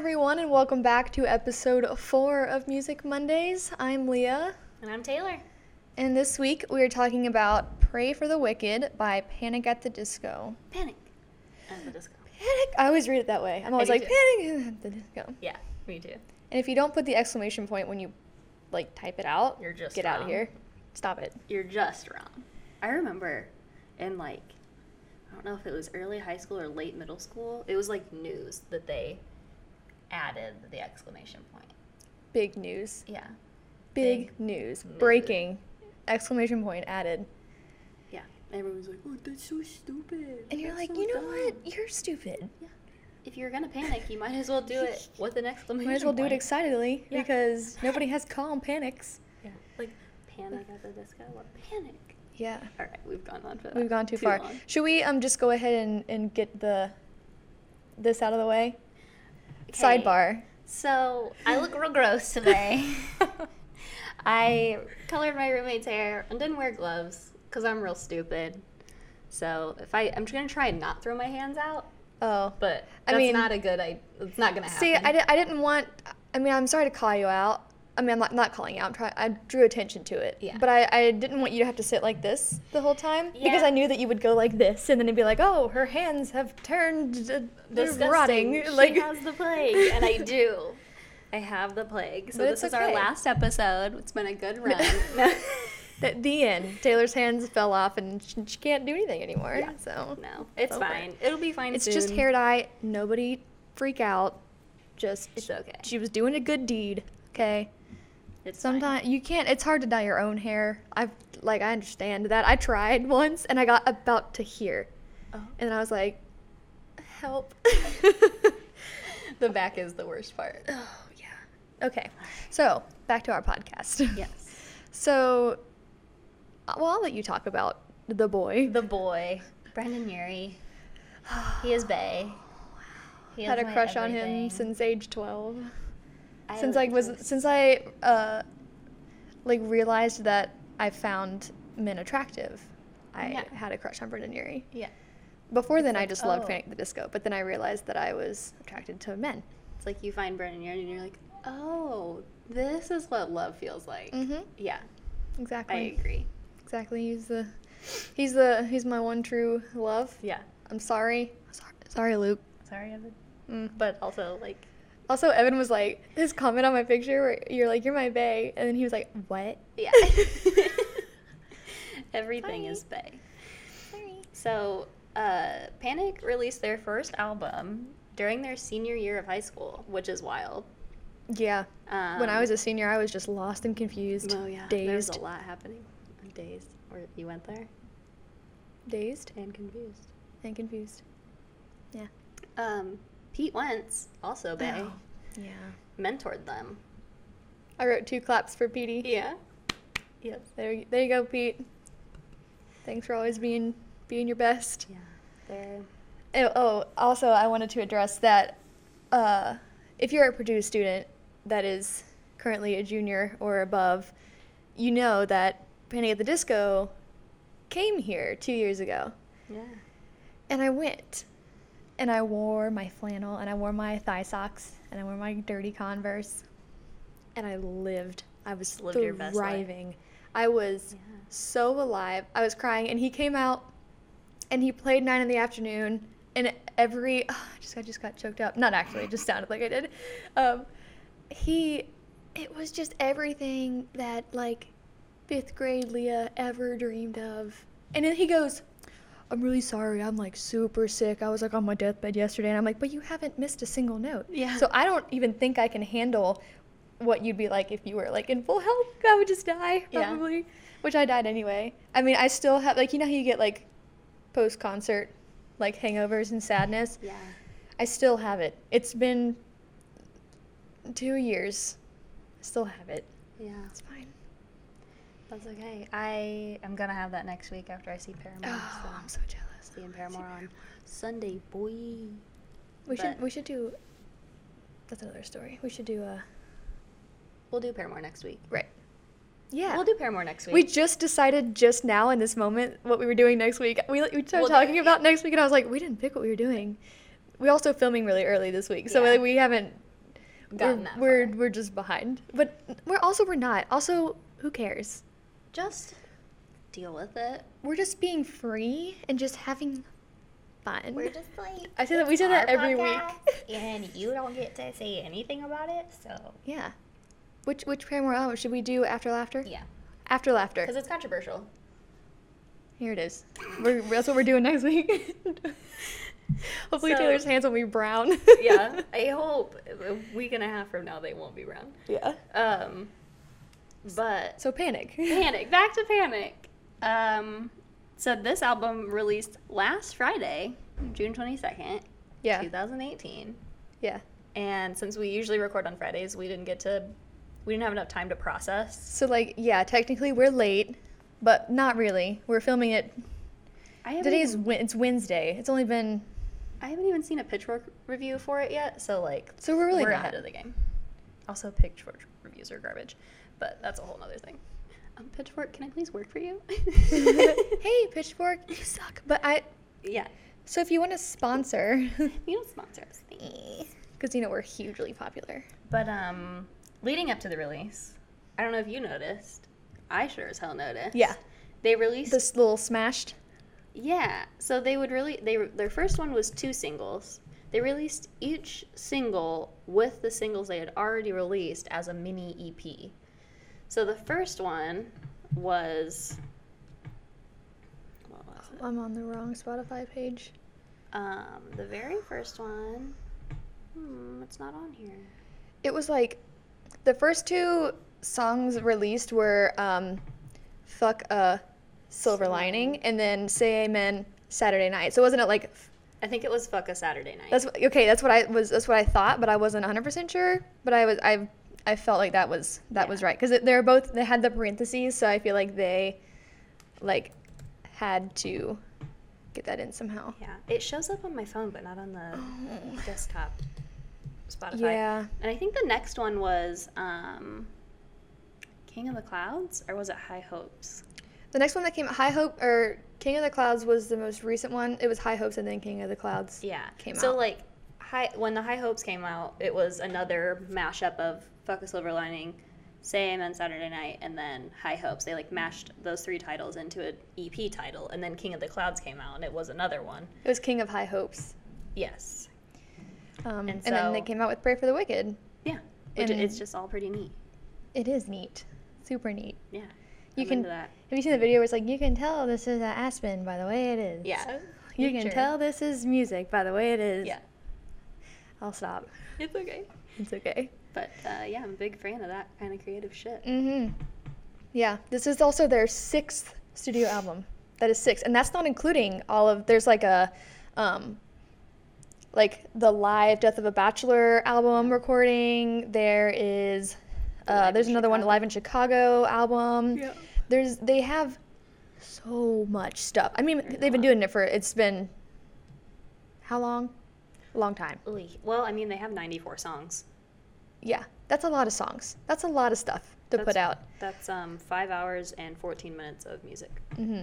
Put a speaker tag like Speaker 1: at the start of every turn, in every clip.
Speaker 1: welcome back to episode four of Music Mondays. I'm Leah,
Speaker 2: And I'm Taylor.
Speaker 1: and this week we are talking about Pray for the Wicked by Panic at the Disco.
Speaker 2: Panic. At the disco.
Speaker 1: Panic! I always read it that way. I'm always
Speaker 2: do
Speaker 1: like, Panic at the Disco.
Speaker 2: Yeah, me too.
Speaker 1: And if you don't put the exclamation point when you like type it out,
Speaker 2: You're just
Speaker 1: get out of
Speaker 2: wrong.
Speaker 1: here. Stop it.
Speaker 2: You're just wrong. I remember in like, I don't know if it was early high school or late middle school, it was like news that they added the exclamation point.
Speaker 1: Big news.
Speaker 2: Yeah.
Speaker 1: Big, news.
Speaker 2: news.
Speaker 1: Breaking. Exclamation point added.
Speaker 2: Yeah. Everyone's like, oh, that's so stupid.
Speaker 1: And you're
Speaker 2: That's
Speaker 1: like,
Speaker 2: so
Speaker 1: you know
Speaker 2: dumb."
Speaker 1: what? You're stupid.
Speaker 2: Yeah. If you're going to panic, you might as well do it with an exclamation
Speaker 1: Might as well do it
Speaker 2: point.
Speaker 1: excitedly
Speaker 2: Yeah.
Speaker 1: because nobody has calm panics.
Speaker 2: yeah. Like, panic at the disco or panic.
Speaker 1: Yeah.
Speaker 2: All right, we've gone on for that.
Speaker 1: We've gone too, far.
Speaker 2: long.
Speaker 1: Should we um just go ahead and, and get the this out of the way?
Speaker 2: Okay.
Speaker 1: Sidebar.
Speaker 2: So I look real gross today. I colored my roommate's hair and didn't wear gloves because I'm real stupid. So if I, I'm gonna try and not throw my hands out,
Speaker 1: Oh.
Speaker 2: but
Speaker 1: I
Speaker 2: that's
Speaker 1: mean-
Speaker 2: not a good. I it's not gonna happen.
Speaker 1: See, I, di- I didn't want. I mean, I'm sorry to call you out. I mean, I'm not, not calling you out. I'm trying. I drew attention to it.
Speaker 2: Yeah.
Speaker 1: But I, I didn't want you to have to sit like this the whole time because
Speaker 2: Yeah.
Speaker 1: I knew that you would go like this, and then it'd be like, oh, her hands have turned uh, they're
Speaker 2: Disgusting.
Speaker 1: rotting.
Speaker 2: She
Speaker 1: like,
Speaker 2: has the plague, and I do. I have the plague. So
Speaker 1: But it's
Speaker 2: this is our
Speaker 1: okay.
Speaker 2: last episode. It's been a good run. no,
Speaker 1: the, the end. Taylor's hands fell off, and she, she can't do anything anymore.
Speaker 2: Yeah.
Speaker 1: So
Speaker 2: no, it's
Speaker 1: Over.
Speaker 2: fine. It'll be fine.
Speaker 1: it's just
Speaker 2: soon.
Speaker 1: hair dye. Nobody freak out. Just
Speaker 2: It's okay.
Speaker 1: she was doing a good deed. Okay.
Speaker 2: It's fine.
Speaker 1: Sometimes you can't. It's hard to dye your own hair. I've like I understand that. I tried once and I got about to here,
Speaker 2: Oh.
Speaker 1: and I was like, help.
Speaker 2: The back is the worst part.
Speaker 1: oh yeah. Okay. So back to our podcast.
Speaker 2: Yes.
Speaker 1: So, uh, well, I'll let you talk about the boy.
Speaker 2: the boy, Brendan Urie. He is Bay. He
Speaker 1: Had
Speaker 2: is
Speaker 1: a
Speaker 2: my
Speaker 1: crush on
Speaker 2: everything.
Speaker 1: him since age twelve.
Speaker 2: I
Speaker 1: since I was since I uh, like realized that I found men attractive. I
Speaker 2: Yeah.
Speaker 1: had a crush on Brendan Urie.
Speaker 2: Yeah.
Speaker 1: Before then, I
Speaker 2: like,
Speaker 1: just loved
Speaker 2: oh.
Speaker 1: Panic at the Disco, but then I realized that I was attracted to men.
Speaker 2: It's like you find Brendan Urie and you're like, oh, this is what love feels like.
Speaker 1: Mhm.
Speaker 2: Yeah,
Speaker 1: Exactly.
Speaker 2: Mm-hmm. I agree.
Speaker 1: Exactly. He's the, he's the, he's my one true love.
Speaker 2: Yeah.
Speaker 1: I'm sorry. Sorry, sorry Luke.
Speaker 2: Sorry, Evan.
Speaker 1: Mm.
Speaker 2: But also, like,
Speaker 1: Also, Evan was like his comment on my picture where you're like, "You're my bae," and then he was like, "What?"
Speaker 2: yeah. Everything is Bay.
Speaker 1: Sorry.
Speaker 2: So, uh, Panic released their first album during their senior year of high school, which is wild.
Speaker 1: Yeah.
Speaker 2: Um,
Speaker 1: when I was a senior, I was just lost and confused.
Speaker 2: oh yeah,
Speaker 1: Dazed.
Speaker 2: there's a lot happening. I'm dazed. Or you went there
Speaker 1: Dazed
Speaker 2: and confused.
Speaker 1: and confused. Yeah. Oh.
Speaker 2: Um, Pete Wentz, also Bay,
Speaker 1: Yeah.
Speaker 2: mentored them.
Speaker 1: I wrote two claps for Petey.
Speaker 2: Yeah. Yes.
Speaker 1: There, y- there you go, Pete. Thanks for always being being your best.
Speaker 2: Yeah. They're
Speaker 1: Oh, oh, also, I wanted to address that uh, if you're a Purdue student that is currently a junior or above, you know that Panic at the Disco came here two years ago,
Speaker 2: yeah.
Speaker 1: and I went, and I wore my flannel, and I wore my thigh socks, and I wore my dirty Converse, and I lived. I was
Speaker 2: lived your best life.
Speaker 1: thriving. I was
Speaker 2: Yeah.
Speaker 1: so alive. I was crying, and he came out, and he played nine in the afternoon, and every I just I just got choked up. Not actually, it just sounded like I did. Um, he, it was just everything that like fifth grade Leah ever dreamed of, and then he goes. I'm really sorry. I'm like super sick. I was like on my deathbed yesterday, and I'm like, but you haven't missed a single note.
Speaker 2: Yeah.
Speaker 1: So I don't even think I can handle what you'd be like if you were like in full health. I would just die
Speaker 2: Yeah.
Speaker 1: probably, which I died anyway. I mean, I still have like you know how you get like post concert like hangovers and sadness.
Speaker 2: Yeah.
Speaker 1: I still have it. It's been two years. I still have it.
Speaker 2: Yeah.
Speaker 1: It's fine.
Speaker 2: That's okay. I am gonna have that next week after I see Paramore.
Speaker 1: Oh, I'm so jealous. Oh,
Speaker 2: so seeing Paramore on Sunday, boy.
Speaker 1: We
Speaker 2: But-
Speaker 1: should we should do. That's another story. We should do a.
Speaker 2: We'll do Paramore next week.
Speaker 1: Right. Yeah.
Speaker 2: We'll do Paramore next week.
Speaker 1: we just decided just now in this moment what we were doing next week. We, we started
Speaker 2: Well,
Speaker 1: talking
Speaker 2: the-
Speaker 1: about next week, and I was like, we didn't pick what we were doing. We're also filming really early this week, so
Speaker 2: Yeah.
Speaker 1: we haven't.
Speaker 2: gotten
Speaker 1: we're,
Speaker 2: that
Speaker 1: we're
Speaker 2: far.
Speaker 1: we're just behind. But we're also we're not. Also, who cares?
Speaker 2: Just deal with it.
Speaker 1: We're just being free and just having fun.
Speaker 3: We're just like
Speaker 1: I say that- we
Speaker 3: it's
Speaker 1: say that
Speaker 3: our
Speaker 1: every week.
Speaker 3: podcast, and you don't get to say anything about it. So
Speaker 1: yeah. Which which prayer more hour should we do after laughter?
Speaker 2: Yeah,
Speaker 1: After laughter.
Speaker 2: because it's controversial.
Speaker 1: Here it is. We're, that's what we're doing next week. Hopefully
Speaker 2: So-
Speaker 1: Taylor's hands will be brown.
Speaker 2: Yeah, I hope a week and a half from now they won't be round.
Speaker 1: yeah.
Speaker 2: Um, but
Speaker 1: So panic.
Speaker 2: panic. Back to panic. Um, so this album released last Friday, June twenty second,
Speaker 1: Yeah.
Speaker 2: two thousand eighteen.
Speaker 1: Yeah.
Speaker 2: And since we usually record on Fridays, we didn't get to, we didn't have enough time to process.
Speaker 1: So like yeah, technically we're late, but not really. We're filming it.
Speaker 2: I haven't
Speaker 1: Today's
Speaker 2: even-
Speaker 1: Wed- it's Wednesday. It's only been
Speaker 2: I haven't even seen a Pitchfork review for it yet, so like
Speaker 1: so we're really
Speaker 2: we're
Speaker 1: not.
Speaker 2: ahead of the game. Also, Pitchfork reviews are garbage, but that's a whole nother thing. Um, Pitchfork, can I please work for you?
Speaker 1: hey, Pitchfork, you suck. But I
Speaker 2: yeah,
Speaker 1: so if you want to sponsor,
Speaker 2: you don't sponsor us. Thank you.
Speaker 1: because you know we're hugely popular.
Speaker 2: But um, leading up to the release, I don't know if you noticed. I sure as hell noticed.
Speaker 1: Yeah.
Speaker 2: They released.
Speaker 1: This little smashed.
Speaker 2: yeah. So they would really. They their first one was two singles. They released each single with the singles they had already released as a mini EP. So the first one was. What was it?
Speaker 1: I'm on the wrong Spotify page.
Speaker 2: Um, the very first one. Hmm, it's not on here.
Speaker 1: It was like the first two songs released were um, "Fuck a Silver Lining" and then "Say Amen" Saturday Night. So wasn't it like
Speaker 2: I think it was "Fuck a Saturday Night."
Speaker 1: That's what- okay. That's what I was. That's what I thought, but I wasn't 100 percent sure. But I was. I I felt like that was that was
Speaker 2: Yeah.
Speaker 1: right because they're both. They had the parentheses, so I feel like they, like, had to get that in somehow.
Speaker 2: Yeah, it shows up on my phone, but not on the desktop Spotify.
Speaker 1: Oh. Yeah.
Speaker 2: And I think the next one was um, King of the Clouds, or was it High Hopes?
Speaker 1: The next one that came, High Hope or King of the Clouds, was the most recent one. It was High Hopes and then King of the Clouds.
Speaker 2: Yeah.
Speaker 1: Came
Speaker 2: so
Speaker 1: out.
Speaker 2: like, high when the High Hopes came out, it was another mashup of Fuck a Silver Lining, Say Amen Saturday Night, and then High Hopes. They like mashed those three titles into an EP title, and then King of the Clouds came out, and it was another one.
Speaker 1: It was King of High Hopes.
Speaker 2: Yes.
Speaker 1: Um, and,
Speaker 2: And
Speaker 1: then they
Speaker 2: so-
Speaker 1: came out with Pray for the Wicked.
Speaker 2: Yeah. It,
Speaker 1: And-
Speaker 2: it's just all pretty neat.
Speaker 1: It is neat, super neat.
Speaker 2: Yeah.
Speaker 1: You
Speaker 2: I'm
Speaker 1: can-
Speaker 2: into that.
Speaker 1: Have you seen the video where it's like you can tell this is an Aspen by the way it is.
Speaker 2: Yeah.
Speaker 1: You can
Speaker 2: Nature.
Speaker 1: tell this is music by the way it is.
Speaker 2: Yeah.
Speaker 1: I'll stop.
Speaker 2: It's okay.
Speaker 1: It's okay.
Speaker 2: But uh, yeah, I'm a big fan of that kind of creative shit.
Speaker 1: Mm-hmm. Yeah. This is also their sixth studio album. That is six. And that's not including all of there's like a um like the live Death of a Bachelor album recording. There is
Speaker 2: The
Speaker 1: uh,
Speaker 2: Live
Speaker 1: there's
Speaker 2: in
Speaker 1: another one,
Speaker 2: Chicago.
Speaker 1: Live in Chicago album.
Speaker 2: Yeah.
Speaker 1: There's they have so much stuff. I mean,
Speaker 2: There's a
Speaker 1: they've been
Speaker 2: lot.
Speaker 1: doing it for it's been how long? A long time.
Speaker 2: Oy. Well, I mean, they have 94 songs
Speaker 1: Yeah, that's a lot of songs. That's a lot of stuff to
Speaker 2: That's-
Speaker 1: put out.
Speaker 2: That's um, five hours and 14 minutes of music.
Speaker 1: hmm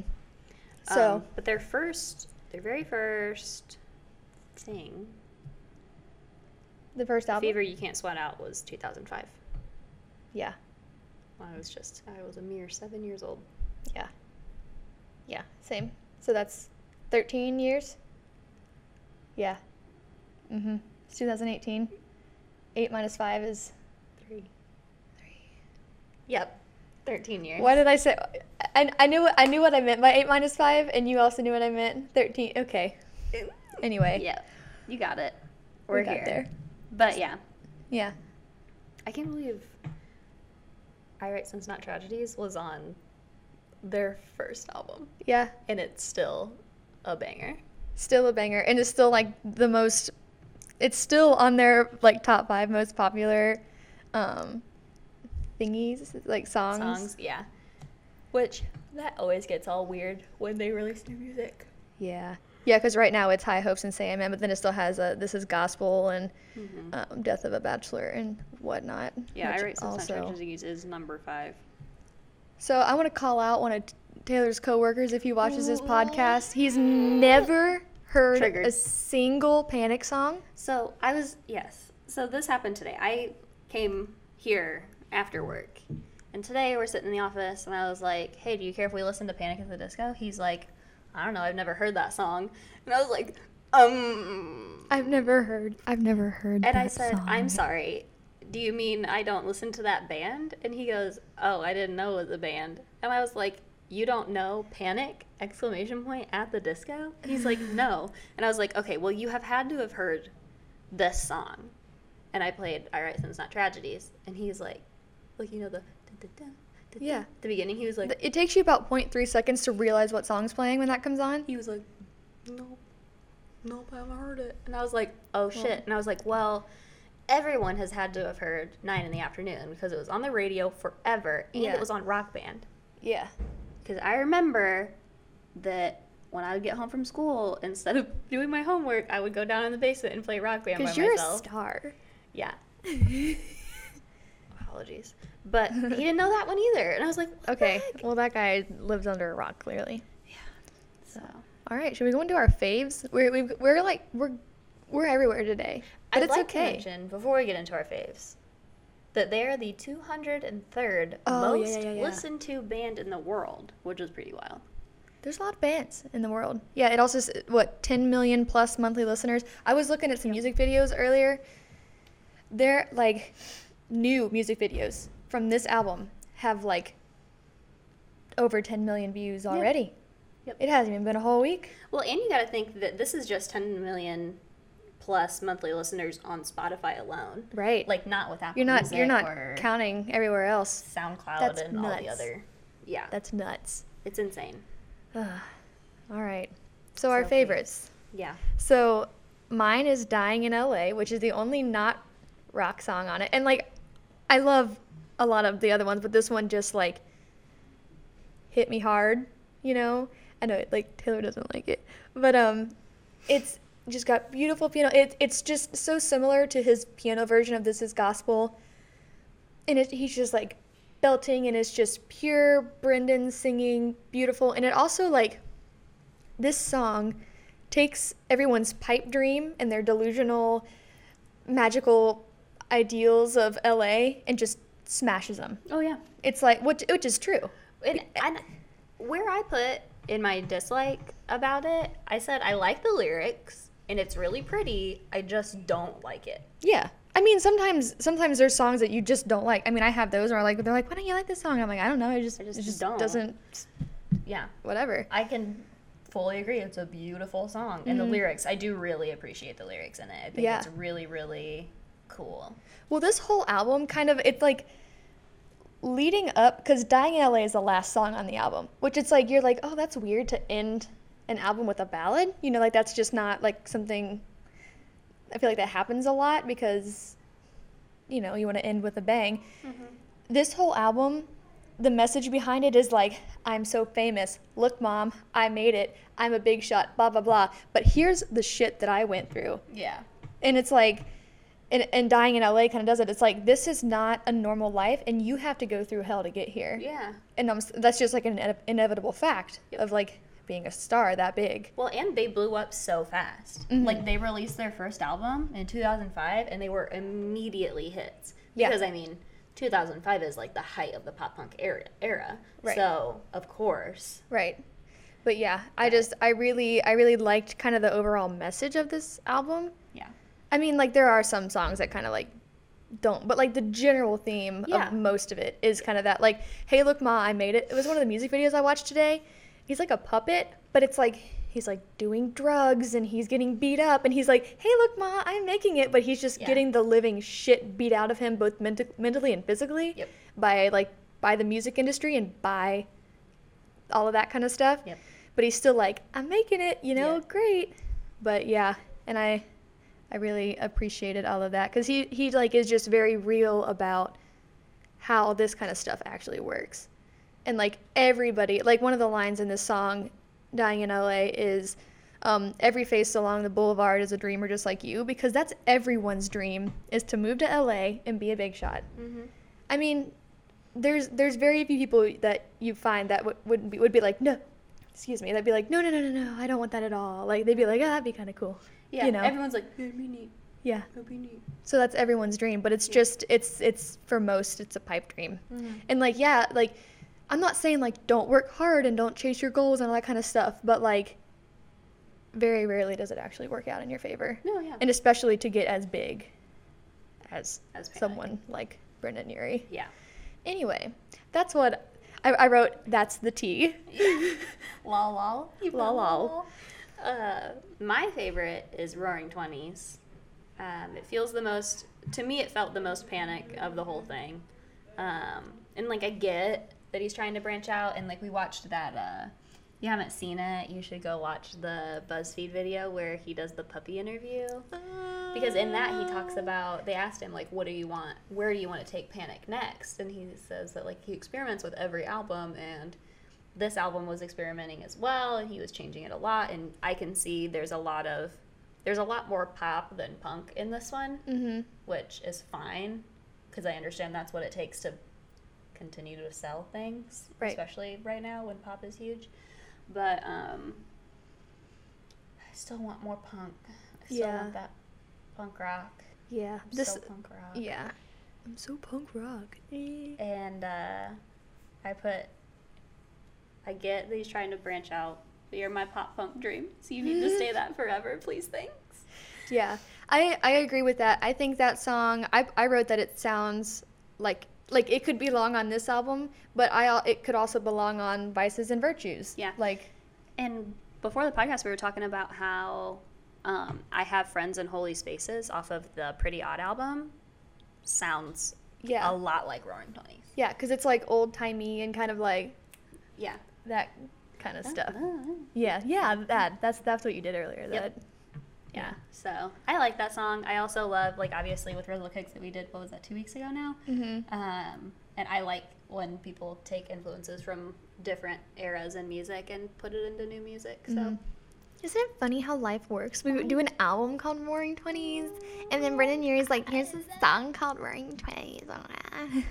Speaker 1: So
Speaker 2: Um, but their first, their very first thing,
Speaker 1: the first album.
Speaker 2: "Fever You Can't Sweat Out," was 2005.
Speaker 1: Yeah,
Speaker 2: When I was just, I was a mere seven years old.
Speaker 1: yeah, yeah. Same. So that's thirteen years. Yeah. Mhm. It's 2018. Eight minus five is
Speaker 2: Three.
Speaker 1: three.
Speaker 2: Yep. 13 years.
Speaker 1: Why did I say? I, I knew I knew what I meant by eight minus five, and you also knew what I meant. Thirteen. Okay. Anyway,
Speaker 2: Yep. You got it.
Speaker 1: we
Speaker 2: We're
Speaker 1: got
Speaker 2: here.
Speaker 1: there.
Speaker 2: But yeah,
Speaker 1: Yeah.
Speaker 2: I can't believe I Write Sins Not Tragedies was on their first album.
Speaker 1: Yeah.
Speaker 2: And it's still a banger.
Speaker 1: Still a banger, and it's still like the most. It's still on their like top five most popular, um, thingies like songs.
Speaker 2: Songs, yeah. Which that always gets all weird when they release new music.
Speaker 1: Yeah. Yeah, because right now it's High Hopes and Say Amen, but then it still has a This Is Gospel and um, Death of a Bachelor and whatnot.
Speaker 2: Mm-hmm. Yeah,
Speaker 1: which
Speaker 2: I Write Sins
Speaker 1: also-
Speaker 2: Not Tragedies is number five.
Speaker 1: So I want to call out one of T- Taylor's coworkers if he watches this
Speaker 2: Ooh.
Speaker 1: podcast. He's never heard
Speaker 2: Triggered.
Speaker 1: a single Panic song.
Speaker 2: So I was yes. So this happened today. I came here after work. And today we're sitting in the office, and I was like, "Hey, do you care if we listen to Panic at the Disco?" He's like, "I don't know. I've never heard that song." And I was like, "Um."
Speaker 1: I've never heard. I've never heard. that
Speaker 2: And I said,
Speaker 1: song.
Speaker 2: "I'm sorry. Do you mean I don't listen to that band?" And he goes, "Oh, I didn't know it was a band." And I was like, "You don't know Panic!" Exclamation point at the disco. And he's like, "No." And I was like, "Okay, well, you have had to have heard this song." And I played "All Right Since Not Tragedies," and he's like, "Like you know the dun-dun-dun, dun-dun-dun."
Speaker 1: Yeah.
Speaker 2: the beginning." He was like,
Speaker 1: It takes you about 0.3 seconds to realize what song's playing when that comes on.
Speaker 2: he was like, nope, nope, I haven't heard it. And I was like, oh shit. And I was like, well, everyone has had to have heard Nine in the Afternoon because it was on the radio forever and
Speaker 1: Yeah.
Speaker 2: it was on Rock Band.
Speaker 1: Yeah.
Speaker 2: Because I remember that when I would get home from school, instead of doing my homework, I would go down in the basement and play Rock Band by
Speaker 1: Because you're
Speaker 2: myself.
Speaker 1: a star.
Speaker 2: yeah. Apologies. But he didn't know that one either. And I was like, what the
Speaker 1: Okay.
Speaker 2: heck?
Speaker 1: Well, that guy lives under a rock, clearly.
Speaker 2: So
Speaker 1: All right. Should we go into our faves? We're we've, we're like we're we're everywhere today, but
Speaker 2: I'd
Speaker 1: it's
Speaker 2: like to
Speaker 1: okay.
Speaker 2: mention before we get into our faves that they are the 203rd
Speaker 1: Oh, yeah,
Speaker 2: most
Speaker 1: yeah, yeah.
Speaker 2: listened to band in the world, which is pretty wild.
Speaker 1: There's a lot of bands in the world. Yeah, it also s- what 10 million plus monthly listeners. I was looking at some music videos earlier. They're like new music videos from this album have like over 10 million views already.
Speaker 2: Yep.
Speaker 1: It hasn't even been a whole week.
Speaker 2: Well, and you got to think that this is just 10 million plus monthly listeners on Spotify alone.
Speaker 1: Right.
Speaker 2: Like not with Apple
Speaker 1: you're not
Speaker 2: Music
Speaker 1: you're not
Speaker 2: or
Speaker 1: counting everywhere else.
Speaker 2: SoundCloud
Speaker 1: That's
Speaker 2: and all the
Speaker 1: nuts.
Speaker 2: other. Yeah,
Speaker 1: That's nuts.
Speaker 2: it's insane.
Speaker 1: Ugh. All right. So our
Speaker 2: So faves.
Speaker 1: favorites.
Speaker 2: Yeah.
Speaker 1: So mine is Dying in LA, which is the only not rock song on it. And like I love a lot of the other ones, but this one just like hit me hard, you know? I know like Taylor doesn't like it. But um it's just got beautiful piano. It, it's just so similar to his piano version of This Is Gospel. And it, he's just like belting and it's just pure Brendan singing, beautiful. And it also like this song takes everyone's pipe dream and their delusional magical ideals of LA and just smashes them.
Speaker 2: Oh yeah.
Speaker 1: It's like which which is true.
Speaker 2: And, and where I put in my dislike about it, I said I like the lyrics and it's really pretty. I just don't like it.
Speaker 1: Yeah. I mean sometimes sometimes there's songs that you just don't like. I mean I have those where like they're like, Why don't you like this song? I'm like, I don't know, I just
Speaker 2: I
Speaker 1: it
Speaker 2: just
Speaker 1: just,
Speaker 2: don't."
Speaker 1: doesn't
Speaker 2: Yeah,
Speaker 1: whatever.
Speaker 2: I can fully agree. It's a beautiful song, and the lyrics. I do really appreciate the lyrics in it. I think
Speaker 1: Yeah.
Speaker 2: it's really, really cool.
Speaker 1: Well, this whole album kind of it's like leading up because "Dying in LA" is the last song on the album, which it's like you're like, oh, that's weird to end an album with a ballad. You know, like that's just not like something. I feel like that happens a lot because, you know, you want to end with a bang. This whole album, the message behind it is like, I'm so famous. Look, mom, I made it. I'm a big shot. Blah blah blah. But here's the shit that I went through
Speaker 2: Yeah,
Speaker 1: and it's like and, and dying in LA kind of does it. It's like this is not a normal life, and you have to go through hell to get here.
Speaker 2: yeah.
Speaker 1: And I'm, s- that's just like an ine- inevitable fact of like being a star that big.
Speaker 2: Well, and they blew up so fast.
Speaker 1: Mm-hmm.
Speaker 2: Like they released their first album in 2005, and they were immediately hits.
Speaker 1: Yeah.
Speaker 2: Because I mean, 2005 is like the height of the pop punk era. era.
Speaker 1: Right.
Speaker 2: So of course,
Speaker 1: Right. But yeah, I just I really I really liked kind of the overall message of this album.
Speaker 2: yeah.
Speaker 1: I mean, like there are some songs that kind of like don't, but like the general theme
Speaker 2: Yeah.
Speaker 1: of most of it is kind of that like, hey, look, ma, I made it. It was one of the music videos I watched today. He's like a puppet, but it's like he's like doing drugs and he's getting beat up, and he's like, hey, look, ma, I'm making it, but he's just
Speaker 2: Yeah.
Speaker 1: getting the living shit beat out of him, both menti- mentally and physically,
Speaker 2: Yep.
Speaker 1: by like by the music industry and by all of that kind of stuff.
Speaker 2: Yep.
Speaker 1: But he's still like, I'm making it, you know,
Speaker 2: Yeah.
Speaker 1: great. But yeah, and I I really appreciated all of that because he he like is just very real about how this kind of stuff actually works, and like everybody like one of the lines in this song, "Dying in L.A." is um, every face along the boulevard is a dreamer just like you because that's everyone's dream is to move to L.A. and be a big shot. I mean, there's there's very few people that you find that would would be would be like no. Excuse me. They'd be like, no, no, no, no, no. I don't want that at all. Like they'd be like, ah, "Oh, that'd be kind of cool.
Speaker 2: Yeah.
Speaker 1: You know?
Speaker 2: Everyone's like, yeah, me neither.
Speaker 1: Yeah.
Speaker 2: That'd be neat.
Speaker 1: So that's everyone's dream, but it's just it's it's for most it's a pipe dream. And like yeah, like I'm not saying like don't work hard and don't chase your goals and all that kind of stuff, but like very rarely does it actually work out in your favor.
Speaker 2: No, yeah.
Speaker 1: And especially to get as big as,
Speaker 2: As Panic.
Speaker 1: someone like Brendan Urie.
Speaker 2: yeah.
Speaker 1: Anyway, that's what I, I wrote. That's the tea.
Speaker 3: Lol, lol.
Speaker 1: Lol, lol.
Speaker 2: Uh, my favorite is Roaring Twenties. Um, it feels the most to me. It felt the most panic of the whole thing, um, and like I get that he's trying to branch out. And like we watched that. Uh, if you haven't seen it. You should go watch the BuzzFeed video where he does the puppy interview. Because in that he
Speaker 3: Ah.
Speaker 2: talks about they asked him like, "What do you want? Where do you want to take Panic next?" And he says that like he experiments with every album and this album was experimenting as well and he was changing it a lot and i can see there's a lot of there's a lot more pop than punk in this one
Speaker 1: Mm-hmm.
Speaker 2: which is fine because i understand that's what it takes to continue to sell things
Speaker 1: Right.
Speaker 2: especially right now when pop is huge but um i still want more punk i still
Speaker 1: Yeah.
Speaker 2: want that punk rock
Speaker 1: Yeah.
Speaker 2: I'm
Speaker 1: This.
Speaker 2: so punk rock
Speaker 1: Yeah. I'm so punk rock. Eh.
Speaker 2: and uh, I put, I get that he's trying to branch out, but you're my pop punk dream, so you need to stay that forever, please, thanks.
Speaker 1: Yeah, I I agree with that. I think that song I I wrote that it sounds like like it could belong on this album, but I al- it could also belong on Vices and Virtues.
Speaker 2: Yeah.
Speaker 1: Like
Speaker 2: And before the podcast, we were talking about how um, I have friends in holy spaces off of the Pretty Odd album. Sounds
Speaker 1: yeah.
Speaker 2: a lot like Roaring Twenties.
Speaker 1: yeah, cuz it's like old-timey and kind of like
Speaker 2: Yeah.
Speaker 1: that kind of stuff. Yeah. Yeah, that that's that's what you did earlier.
Speaker 2: Yep.
Speaker 1: That
Speaker 2: Yeah. So I like that song. I also love, like, obviously with Rizzle Kicks that we did, what was that, two weeks ago now?
Speaker 1: Mhm.
Speaker 2: Um, and I like when people take influences from different eras in music and put it into new music. So
Speaker 1: Mm-hmm. Isn't it funny how life works? We would do an album called Roaring Twenties, and then Brendan Urie's like, "Here's a song called Roaring Twenties." "Ah."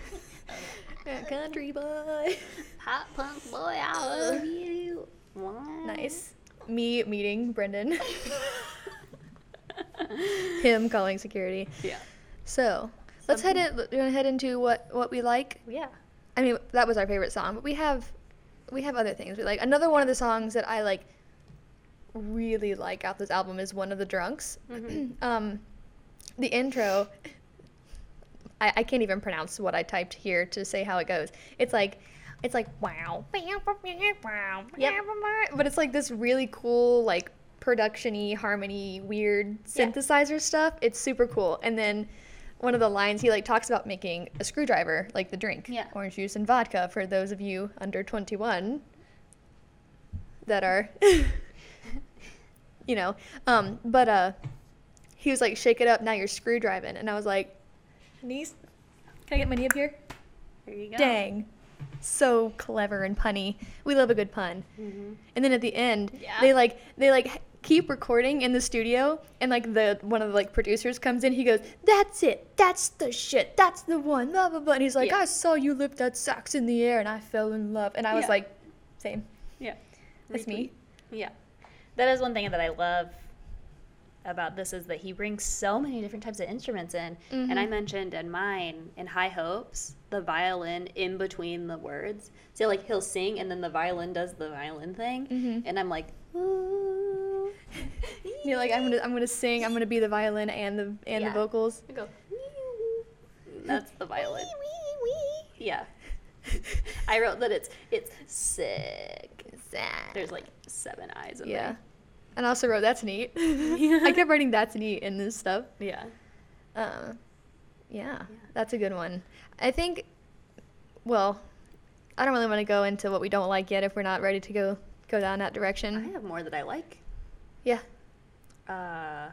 Speaker 1: Country boy.
Speaker 2: pop punk boy, I love you. Why?
Speaker 1: Nice. Me meeting Brendan. Him calling security.
Speaker 2: Yeah.
Speaker 1: So let's head in. You want to head into what what we like?
Speaker 2: Yeah.
Speaker 1: I mean, that was our favorite song, but we have we have other things we like. Another one of the songs that I like really like out this album is one of the drunks. um, the intro. I, I can't even pronounce what I typed here to say how it goes. It's like it's like wow,
Speaker 3: Yep.
Speaker 1: but it's like this really cool like production-y harmony weird synthesizer stuff it's super cool and then one of the lines he like talks about making a screwdriver like the drink
Speaker 2: Yeah.
Speaker 1: orange juice and vodka for those of you under 21 that are you know um but uh he was like shake it up now you're screwdriving and i was like niece can i get my knee up here
Speaker 2: There you go.
Speaker 1: dang so clever and punny we love a good pun
Speaker 2: Mhm.
Speaker 1: and then at the end
Speaker 2: Yeah.
Speaker 1: they like they like h- keep recording in the studio and like the one of the like producers comes in he goes that's it that's the shit that's the one blah blah blah and he's like
Speaker 2: Yeah.
Speaker 1: i saw you lift that sax in the air and i fell in love and i was
Speaker 2: Yeah.
Speaker 1: like same
Speaker 2: Yeah.
Speaker 1: that's me
Speaker 2: Yeah. That is one thing that I love about this is that he brings so many different types of instruments in. And I mentioned in mine, in High Hopes, the violin in between the words. So, like, he'll sing and then the violin does the violin thing. And I'm like, ooh.
Speaker 1: And you're like i'm gonna i'm gonna sing i'm gonna be the violin and the and
Speaker 2: Yeah.
Speaker 1: the vocals
Speaker 2: I go, that's the violin. Yeah. I wrote that it's it's sick. There's like seven eyes in
Speaker 1: yeah and i also wrote that's neat i kept writing that's neat in this stuff
Speaker 2: there. Yeah.
Speaker 1: Um, yeah, that's a good one. I think, well, I don't really want to go into what we don't like yet if we're not ready to go go down that
Speaker 2: I
Speaker 1: direction.
Speaker 2: have more that I like.
Speaker 1: Yeah.
Speaker 2: Uh,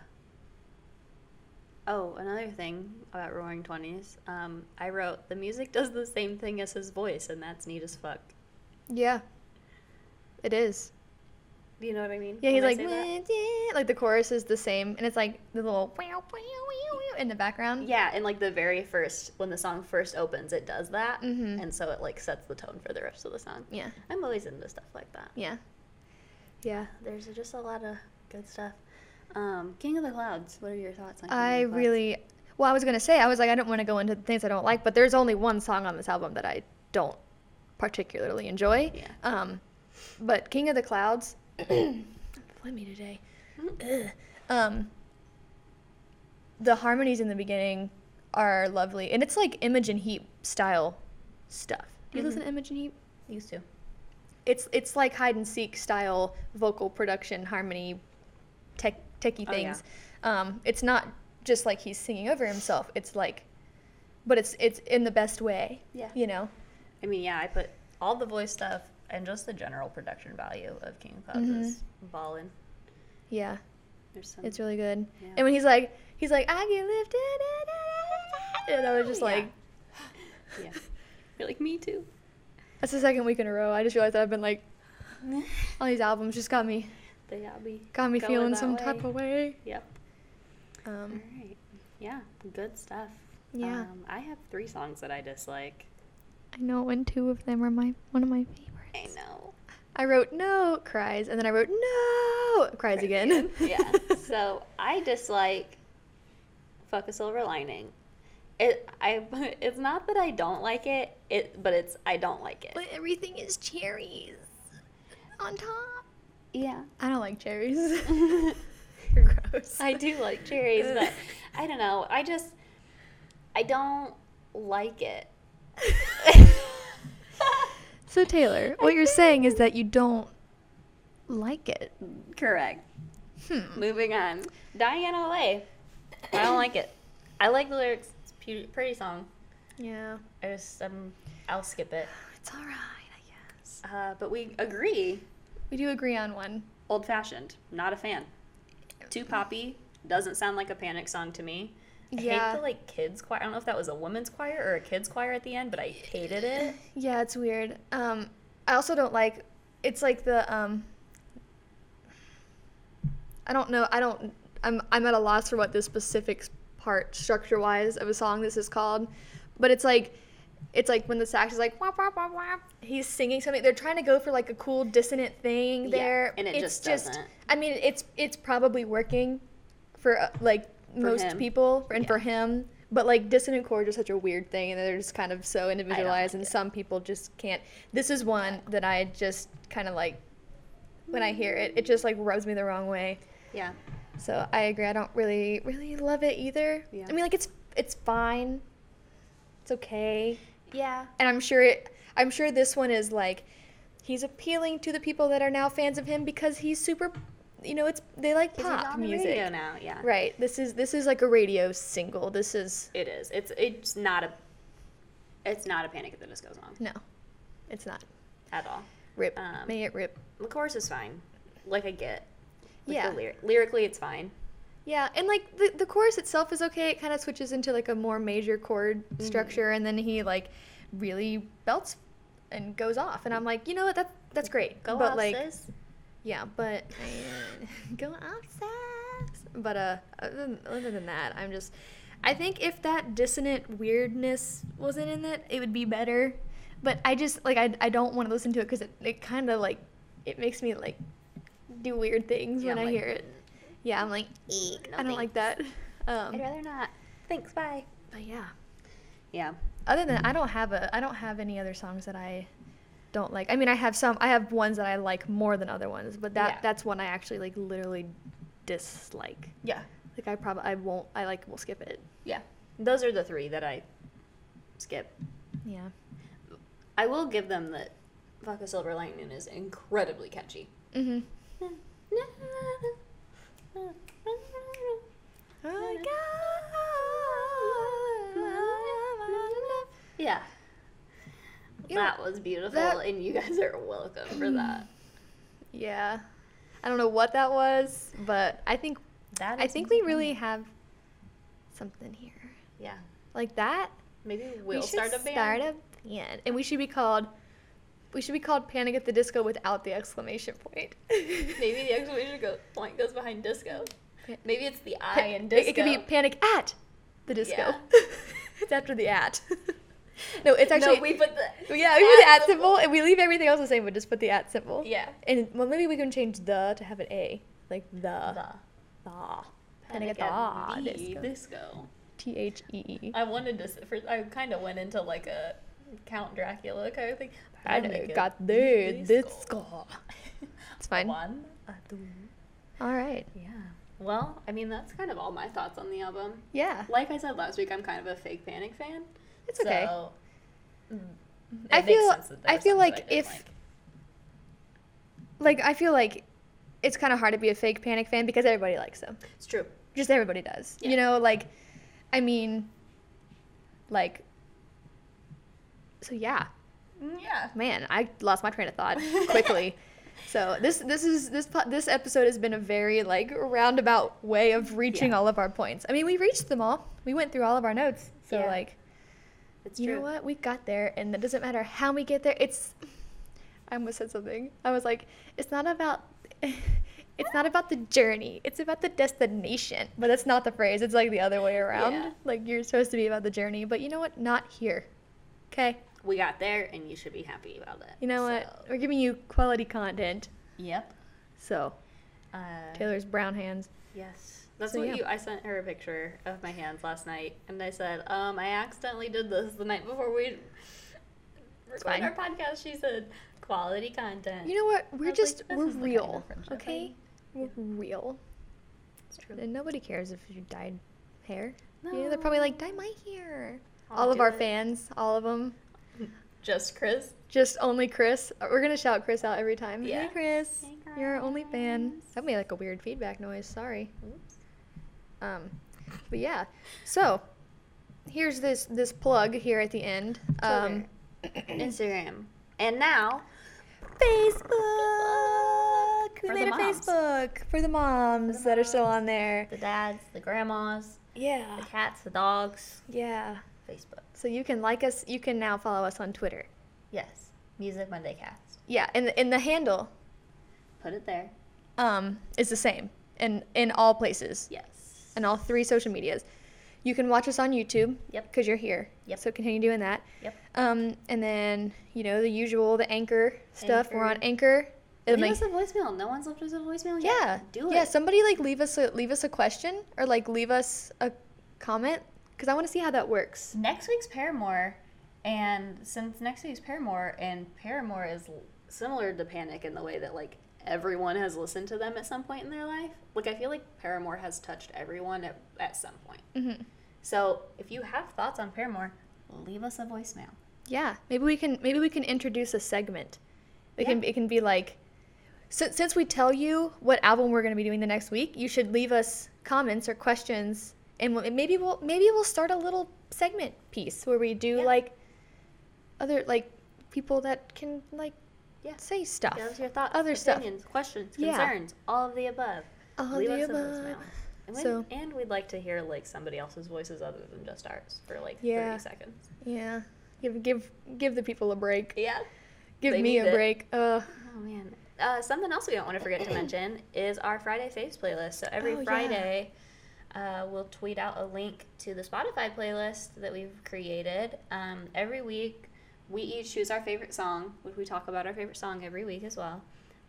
Speaker 2: oh, another thing about Roaring Twenties. Um, I wrote the music does the same thing as his voice, and that's neat as fuck.
Speaker 1: Yeah. It is.
Speaker 2: Do you know what I mean?
Speaker 1: Yeah, he's
Speaker 2: when I
Speaker 1: like,
Speaker 2: say that?
Speaker 1: "Wah, dee," like the chorus is the same, and it's like the little wow, wow, wow, wow in the background.
Speaker 2: yeah, and like the very first when the song first opens, it does that,
Speaker 1: Mhm.
Speaker 2: and so it like sets the tone for the rest of the song.
Speaker 1: Yeah.
Speaker 2: I'm always into stuff like that.
Speaker 1: Yeah. Yeah.
Speaker 2: There's just a lot of good stuff. Um, King of the Clouds. What are your thoughts on? King
Speaker 1: I
Speaker 2: of the Clouds?
Speaker 1: really, well, I was gonna say I was like I didn't want to go into the things I don't like, but there's only one song on this album that I don't particularly enjoy.
Speaker 2: Yeah.
Speaker 1: Um, but King of the Clouds, me today. Ugh. um, the harmonies in the beginning are lovely, and it's like Imogen Heap style stuff. Do you listen to Imogen Heap?
Speaker 3: Used to.
Speaker 1: It's it's like hide and seek style vocal production harmony, tech techie
Speaker 2: Oh, yeah.
Speaker 1: things. Um, it's not just like he's singing over himself. It's like, but it's it's in the best way.
Speaker 2: Yeah.
Speaker 1: You know.
Speaker 2: I mean, yeah, I put.
Speaker 3: All the voice stuff and just the general production value of King of Clouds is
Speaker 2: Ballin.
Speaker 1: Yeah,
Speaker 2: There's some.
Speaker 1: Mm-hmm. it's really good.
Speaker 2: Yeah.
Speaker 1: And when he's like he's like I get lifted, and I was just
Speaker 2: Oh, Yeah.
Speaker 1: like.
Speaker 2: yeah. You're like me too.
Speaker 1: That's the second week in a row. I just realized that I've been like all these albums just got me
Speaker 2: they got me.
Speaker 1: got me
Speaker 2: going
Speaker 1: feeling
Speaker 2: that
Speaker 1: some
Speaker 2: way.
Speaker 1: type of way.
Speaker 2: Yep. All
Speaker 1: Um,
Speaker 2: right. Yeah. Good stuff.
Speaker 1: Yeah.
Speaker 2: Um, I have three songs that I dislike.
Speaker 1: I know, and two of them are my one of my
Speaker 2: I
Speaker 1: favorites.
Speaker 2: know.
Speaker 1: I wrote no cries, and then I wrote no cries again.
Speaker 2: yeah. So I dislike "Fuck a Silver Lining." It I it's not that I don't like it. It but it's I don't like it.
Speaker 1: but everything is cherries on top.
Speaker 2: Yeah.
Speaker 1: I don't like cherries. They're gross.
Speaker 2: I do like cherries, but I don't know. I just I don't like it.
Speaker 1: so Taylor, what you're saying is that you don't like it.
Speaker 2: Correct. Hmm. Moving on. Diana LA. I don't like it. I like the lyrics.
Speaker 3: It's pretty, pretty song.
Speaker 1: Yeah,
Speaker 3: I just um, I'll skip it.
Speaker 1: it's all right, I guess.
Speaker 2: Uh, but we agree.
Speaker 1: We do agree on one.
Speaker 2: Old fashioned. Not a fan. Too poppy. Doesn't sound like a panic song to me.
Speaker 3: I hate the like kids choir. I don't know if that was a women's choir or a kids choir at the end, but I hated it.
Speaker 1: Yeah, it's weird. Um, I also don't like. It's like the um. I don't know. I don't. I'm I'm at a loss for what the specific s- part structure wise of a song this is called, but it's like, it's like when the sax is like wah wah wah wah. He's singing something. They're trying to go for like a cool dissonant thing
Speaker 2: Yeah,
Speaker 1: there.
Speaker 2: and it
Speaker 1: it's
Speaker 2: just doesn't.
Speaker 1: I mean, it's it's probably working, for uh, like most
Speaker 2: him.
Speaker 1: people and
Speaker 2: Yeah.
Speaker 1: for him. But like dissonant chords are such a weird thing, and they're just kind of so individual individualized
Speaker 3: like
Speaker 1: and
Speaker 3: it.
Speaker 1: some people just can't this is one that i just kind of like when i hear it it just like rubs me the wrong way
Speaker 2: Yeah.
Speaker 1: so i agree i don't really really love it either
Speaker 2: Yeah.
Speaker 1: i mean like it's it's fine it's okay
Speaker 3: Yeah.
Speaker 1: and i'm sure it i'm sure this one is like he's appealing to the people that are now fans of him because he's super you know it's they like
Speaker 2: Is it
Speaker 1: pop
Speaker 2: on the
Speaker 1: music
Speaker 2: radio now? Yeah.
Speaker 1: right this is this is like a radio single this is
Speaker 2: It is. It's it's not a it's not a panic at the disco song
Speaker 1: no it's not
Speaker 2: at all.
Speaker 1: rip
Speaker 2: Um,
Speaker 1: may it rip
Speaker 2: The chorus is fine. Like I get. Like
Speaker 1: Yeah.
Speaker 2: The lyric. Lyrically, it's fine.
Speaker 1: Yeah, and like the, the chorus itself is okay. It kind of switches into like a more major chord structure, and then he like really belts and goes off. And I'm like, you know what? That that's great.
Speaker 3: Go
Speaker 1: but
Speaker 3: off,
Speaker 1: like,
Speaker 3: sis.
Speaker 1: yeah, but go off, sis. But uh, other than, other than that, I'm just. I think if that dissonant weirdness wasn't in it, it would be better. But I just like I, I don't want to listen to it because it, it kind of like it makes me like do weird things
Speaker 2: Yeah,
Speaker 1: when
Speaker 2: I'm
Speaker 1: I
Speaker 2: like,
Speaker 1: hear it. Yeah, I'm like,
Speaker 2: Eek, no
Speaker 1: I don't like that. Um,
Speaker 2: I'd rather not. Thanks. Bye.
Speaker 1: but yeah.
Speaker 2: Yeah.
Speaker 1: Other than I don't have a I don't have any other songs that I don't like. I mean, I have some. I have ones that I like more than other ones, but that
Speaker 2: Yeah.
Speaker 1: that's one I actually like literally dislike.
Speaker 2: Yeah.
Speaker 1: Like I probably I won't I like will skip it.
Speaker 2: Yeah. Those are the three that I skip.
Speaker 1: Yeah.
Speaker 2: I will give them that. Fuck a silver lightning is incredibly catchy.
Speaker 1: Mhm.
Speaker 2: Yeah.
Speaker 1: You know,
Speaker 2: that Mm. was beautiful,
Speaker 1: that-
Speaker 2: and you guys are welcome for that.
Speaker 1: Yeah. I don't know what that was, but I think
Speaker 3: That
Speaker 1: I
Speaker 3: is-
Speaker 1: think we really have something here.
Speaker 2: Yeah.
Speaker 1: Like that
Speaker 2: Maybe
Speaker 1: we
Speaker 2: we'll
Speaker 1: should
Speaker 2: start a band.
Speaker 1: Start a band, and we should be called. We should be called Panic at the Disco without the exclamation point.
Speaker 2: Maybe the exclamation go- point goes behind disco.
Speaker 1: Pa-
Speaker 2: Maybe it's the I
Speaker 1: Pa-
Speaker 2: in
Speaker 1: it-
Speaker 2: disco.
Speaker 1: It could be Panic at the Disco.
Speaker 2: Yeah.
Speaker 1: it's after the at. no, it's actually.
Speaker 2: no, we put the
Speaker 1: yeah, we put the at
Speaker 2: at
Speaker 1: symbol, and we leave everything else the same, but just put the at symbol.
Speaker 2: yeah
Speaker 1: And well, maybe we can change the to have an a, like the.
Speaker 2: the
Speaker 1: Thaw. Pentagathaw
Speaker 3: Pentagatha
Speaker 1: disco.
Speaker 3: disco.
Speaker 1: T H E E.
Speaker 3: I wanted to. s- For, I kind of went into like a Count Dracula kind of thing.
Speaker 1: I got the disco. It's fine. All
Speaker 3: One, a two.
Speaker 1: right.
Speaker 3: Yeah.
Speaker 2: Well, I mean, that's kind of all my thoughts on the album.
Speaker 1: Yeah,
Speaker 2: Like I said last week, I'm kind of a fake panic fan.
Speaker 1: it's okay.
Speaker 3: So, mm, it
Speaker 1: I
Speaker 3: makes
Speaker 1: feel-
Speaker 3: sense that there
Speaker 1: I
Speaker 3: are
Speaker 1: feel
Speaker 3: songs that
Speaker 1: like
Speaker 3: I didn't
Speaker 1: if- Like I feel like it's kind of hard to be a fake Panic fan because everybody likes them.
Speaker 2: It's true.
Speaker 1: Just everybody does. You
Speaker 2: Yeah.
Speaker 1: know, like, I mean, like. So yeah,
Speaker 3: like. Mm, yeah.
Speaker 1: man, I lost my train of thought quickly. so this this is this po- this episode has been a very like roundabout way of reaching
Speaker 2: Yeah.
Speaker 1: all of our points. I mean, we reached them all. We went through all of our notes. So
Speaker 2: Yeah.
Speaker 1: like,
Speaker 2: It's
Speaker 1: you
Speaker 2: true.
Speaker 1: know what? We got there, and it doesn't matter how we get there. It's. I almost said something. I was like, it's not about. It's not about the journey. It's about the destination. But that's not the phrase. It's like the other way around.
Speaker 2: Yeah.
Speaker 1: Like you're supposed to be about the journey, but you know what? Not here. Okay.
Speaker 2: We got there, and you should be happy about it.
Speaker 1: You know
Speaker 2: So,
Speaker 1: what? We're giving you quality content.
Speaker 3: Yep.
Speaker 1: So
Speaker 2: Uh,
Speaker 1: Taylor's brown hands.
Speaker 2: Yes. That's
Speaker 1: So,
Speaker 2: what
Speaker 1: yeah.
Speaker 2: you I sent her a picture of my hands last night and I said, um, I accidentally did this the night before we
Speaker 1: fine.
Speaker 2: recorded our podcast. She said, quality content.
Speaker 1: You know what? We're
Speaker 2: like,
Speaker 1: just
Speaker 2: this
Speaker 1: we're
Speaker 2: is the kind of
Speaker 1: real.
Speaker 3: friendship I
Speaker 1: Okay. We're real.
Speaker 2: it's true.
Speaker 1: And nobody cares if you dyed hair. You know, they're probably like, dye my hair.
Speaker 2: I'll
Speaker 1: all of
Speaker 2: do
Speaker 1: our
Speaker 2: it.
Speaker 1: fans, all of them.
Speaker 3: Just Chris.
Speaker 1: Just only Chris. Uh, We're gonna shout Chris out every time.
Speaker 3: Yeah.
Speaker 1: Hey, Chris.
Speaker 2: Hey,
Speaker 1: You're our only fan.
Speaker 2: Chris.
Speaker 1: That made like a weird feedback noise. Sorry.
Speaker 2: Oops.
Speaker 1: Um, but yeah. So here's this this plug here at the end. Um,
Speaker 2: Instagram. And now
Speaker 1: Facebook. We
Speaker 3: For
Speaker 1: made
Speaker 3: the
Speaker 1: a
Speaker 3: moms.
Speaker 1: Facebook for the moms that are still on there.
Speaker 3: The dads, the grandmas,
Speaker 1: Yeah.
Speaker 3: the cats, the dogs.
Speaker 1: Yeah.
Speaker 3: Facebook.
Speaker 1: So you can like us. You can now follow us on Twitter.
Speaker 3: Yes. Music Monday Cast.
Speaker 1: Yeah, and and the handle
Speaker 2: put it there.
Speaker 1: um is the same in in all places
Speaker 2: Yes.
Speaker 1: and all three social medias. You can watch us on YouTube.
Speaker 3: Yep.
Speaker 1: Because you're here.
Speaker 3: Yep.
Speaker 1: So continue doing that.
Speaker 3: Yep.
Speaker 1: Um, and then you know the usual, the anchor stuff. We're on Anchor.
Speaker 2: Leave
Speaker 1: It'll make-
Speaker 2: us a voicemail. No one's left us a voicemail yet.
Speaker 1: Yeah.
Speaker 2: Do it.
Speaker 1: Yeah, somebody like leave us a, leave us a question or like leave us a comment because I want to see how that works.
Speaker 3: Next week's Paramore, and since next week's Paramore, and Paramore is
Speaker 2: Similar to Panic in the way that like everyone has listened to them at some point in their life. Like I feel like Paramore has touched everyone at, at some point.
Speaker 1: Mm-hmm.
Speaker 3: so. If you have thoughts on Paramore, leave us a voicemail.
Speaker 1: Yeah, maybe we can maybe we can introduce a segment. It can it can be like since since we tell you what album we're going to be doing the next week, you should leave us comments or questions, and we'll, maybe we'll maybe we'll start a little segment piece where we do
Speaker 2: Yeah.
Speaker 1: like other like people that can like
Speaker 2: Yeah.
Speaker 1: say stuff.
Speaker 2: Give us your thoughts,
Speaker 1: Other stuff.
Speaker 2: opinions, questions,
Speaker 1: Yeah.
Speaker 2: concerns, all of the above.
Speaker 1: All
Speaker 2: Leave
Speaker 1: the
Speaker 2: us a
Speaker 1: above.
Speaker 2: voicemail. And, we'd-
Speaker 1: So-
Speaker 2: and we'd like to hear like somebody else's voices other than just ours for like
Speaker 1: Yeah.
Speaker 2: 30 seconds.
Speaker 1: Yeah. Give give give the people a break.
Speaker 2: Yeah.
Speaker 1: Give
Speaker 2: They
Speaker 1: me
Speaker 2: need
Speaker 1: a
Speaker 2: it.
Speaker 1: break. Uh,
Speaker 2: Oh man. Uh, something else we don't want to forget to mention is our Friday Faves playlist. So every
Speaker 1: Oh, yeah.
Speaker 2: Friday, uh, we'll tweet out a link to the Spotify playlist that we've created. Um, every week, we each choose our favorite song, which we talk about our favorite song every week as well,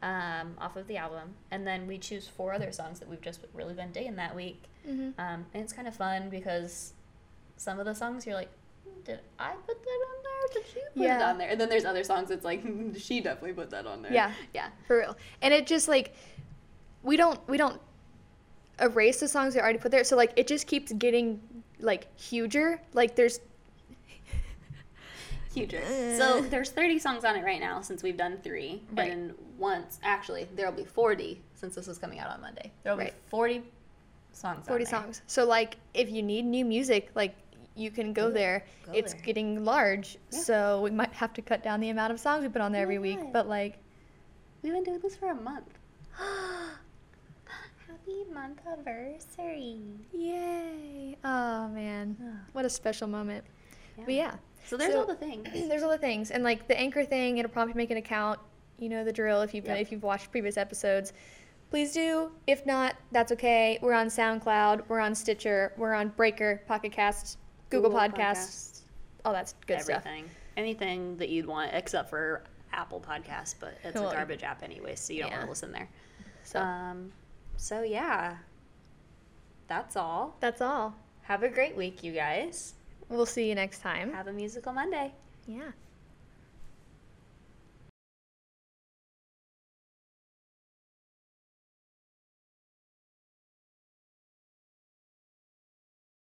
Speaker 2: um, off of the album. And then we choose four other songs that we've just really been digging that week.
Speaker 1: mhm.
Speaker 2: Um, and it's kind of fun because some of the songs you're like, did I put that on there? Did she put it
Speaker 1: Yeah.
Speaker 2: on there? And then there's other songs that's like, "Hmm, she definitely put that on there.
Speaker 1: Yeah.
Speaker 2: Yeah.
Speaker 1: For real. And it just like we don't we don't erase the songs we already put there. So like it just keeps getting like huger. Like there's
Speaker 2: Huger. So there's 30 songs on it right now since we've done three.
Speaker 1: Right.
Speaker 2: And once, actually, there'll be 40 since this is coming out on Monday. There'll
Speaker 1: Right.
Speaker 2: be 40 songs
Speaker 1: 40
Speaker 2: on there.
Speaker 1: songs. So like if you need new music, like you can go
Speaker 2: Do it.
Speaker 1: there.
Speaker 2: Go
Speaker 1: it's
Speaker 2: there.
Speaker 1: getting large.
Speaker 2: Yeah.
Speaker 1: So we might have to cut down the amount of songs we put on there every week,
Speaker 2: Right.
Speaker 1: but like
Speaker 2: We've been doing this for a month. Happy month anniversary.
Speaker 1: yay. Oh man. What a special moment. But yeah.
Speaker 2: So there's
Speaker 1: So-
Speaker 2: all the things.
Speaker 1: there's all the things and like the anchor thing it'll prompt you to make an account you know the drill if you've
Speaker 2: Yep.
Speaker 1: if you've watched previous episodes please do if not that's okay we're on soundcloud we're on stitcher we're on breaker pocket cast google, podcasts
Speaker 2: Podcasts,
Speaker 1: all that's good stuff
Speaker 2: Everything. Anything that you'd want except for Apple Podcasts, but it's
Speaker 1: Well,
Speaker 2: a garbage app anyway, so you don't
Speaker 1: yeah.
Speaker 2: want to listen there.
Speaker 1: so
Speaker 2: Um, so Um, yeah, that's all.
Speaker 1: That's all.
Speaker 2: Have a great week, you guys.
Speaker 1: We'll see you next time.
Speaker 2: Have a musical Monday.
Speaker 1: Yeah.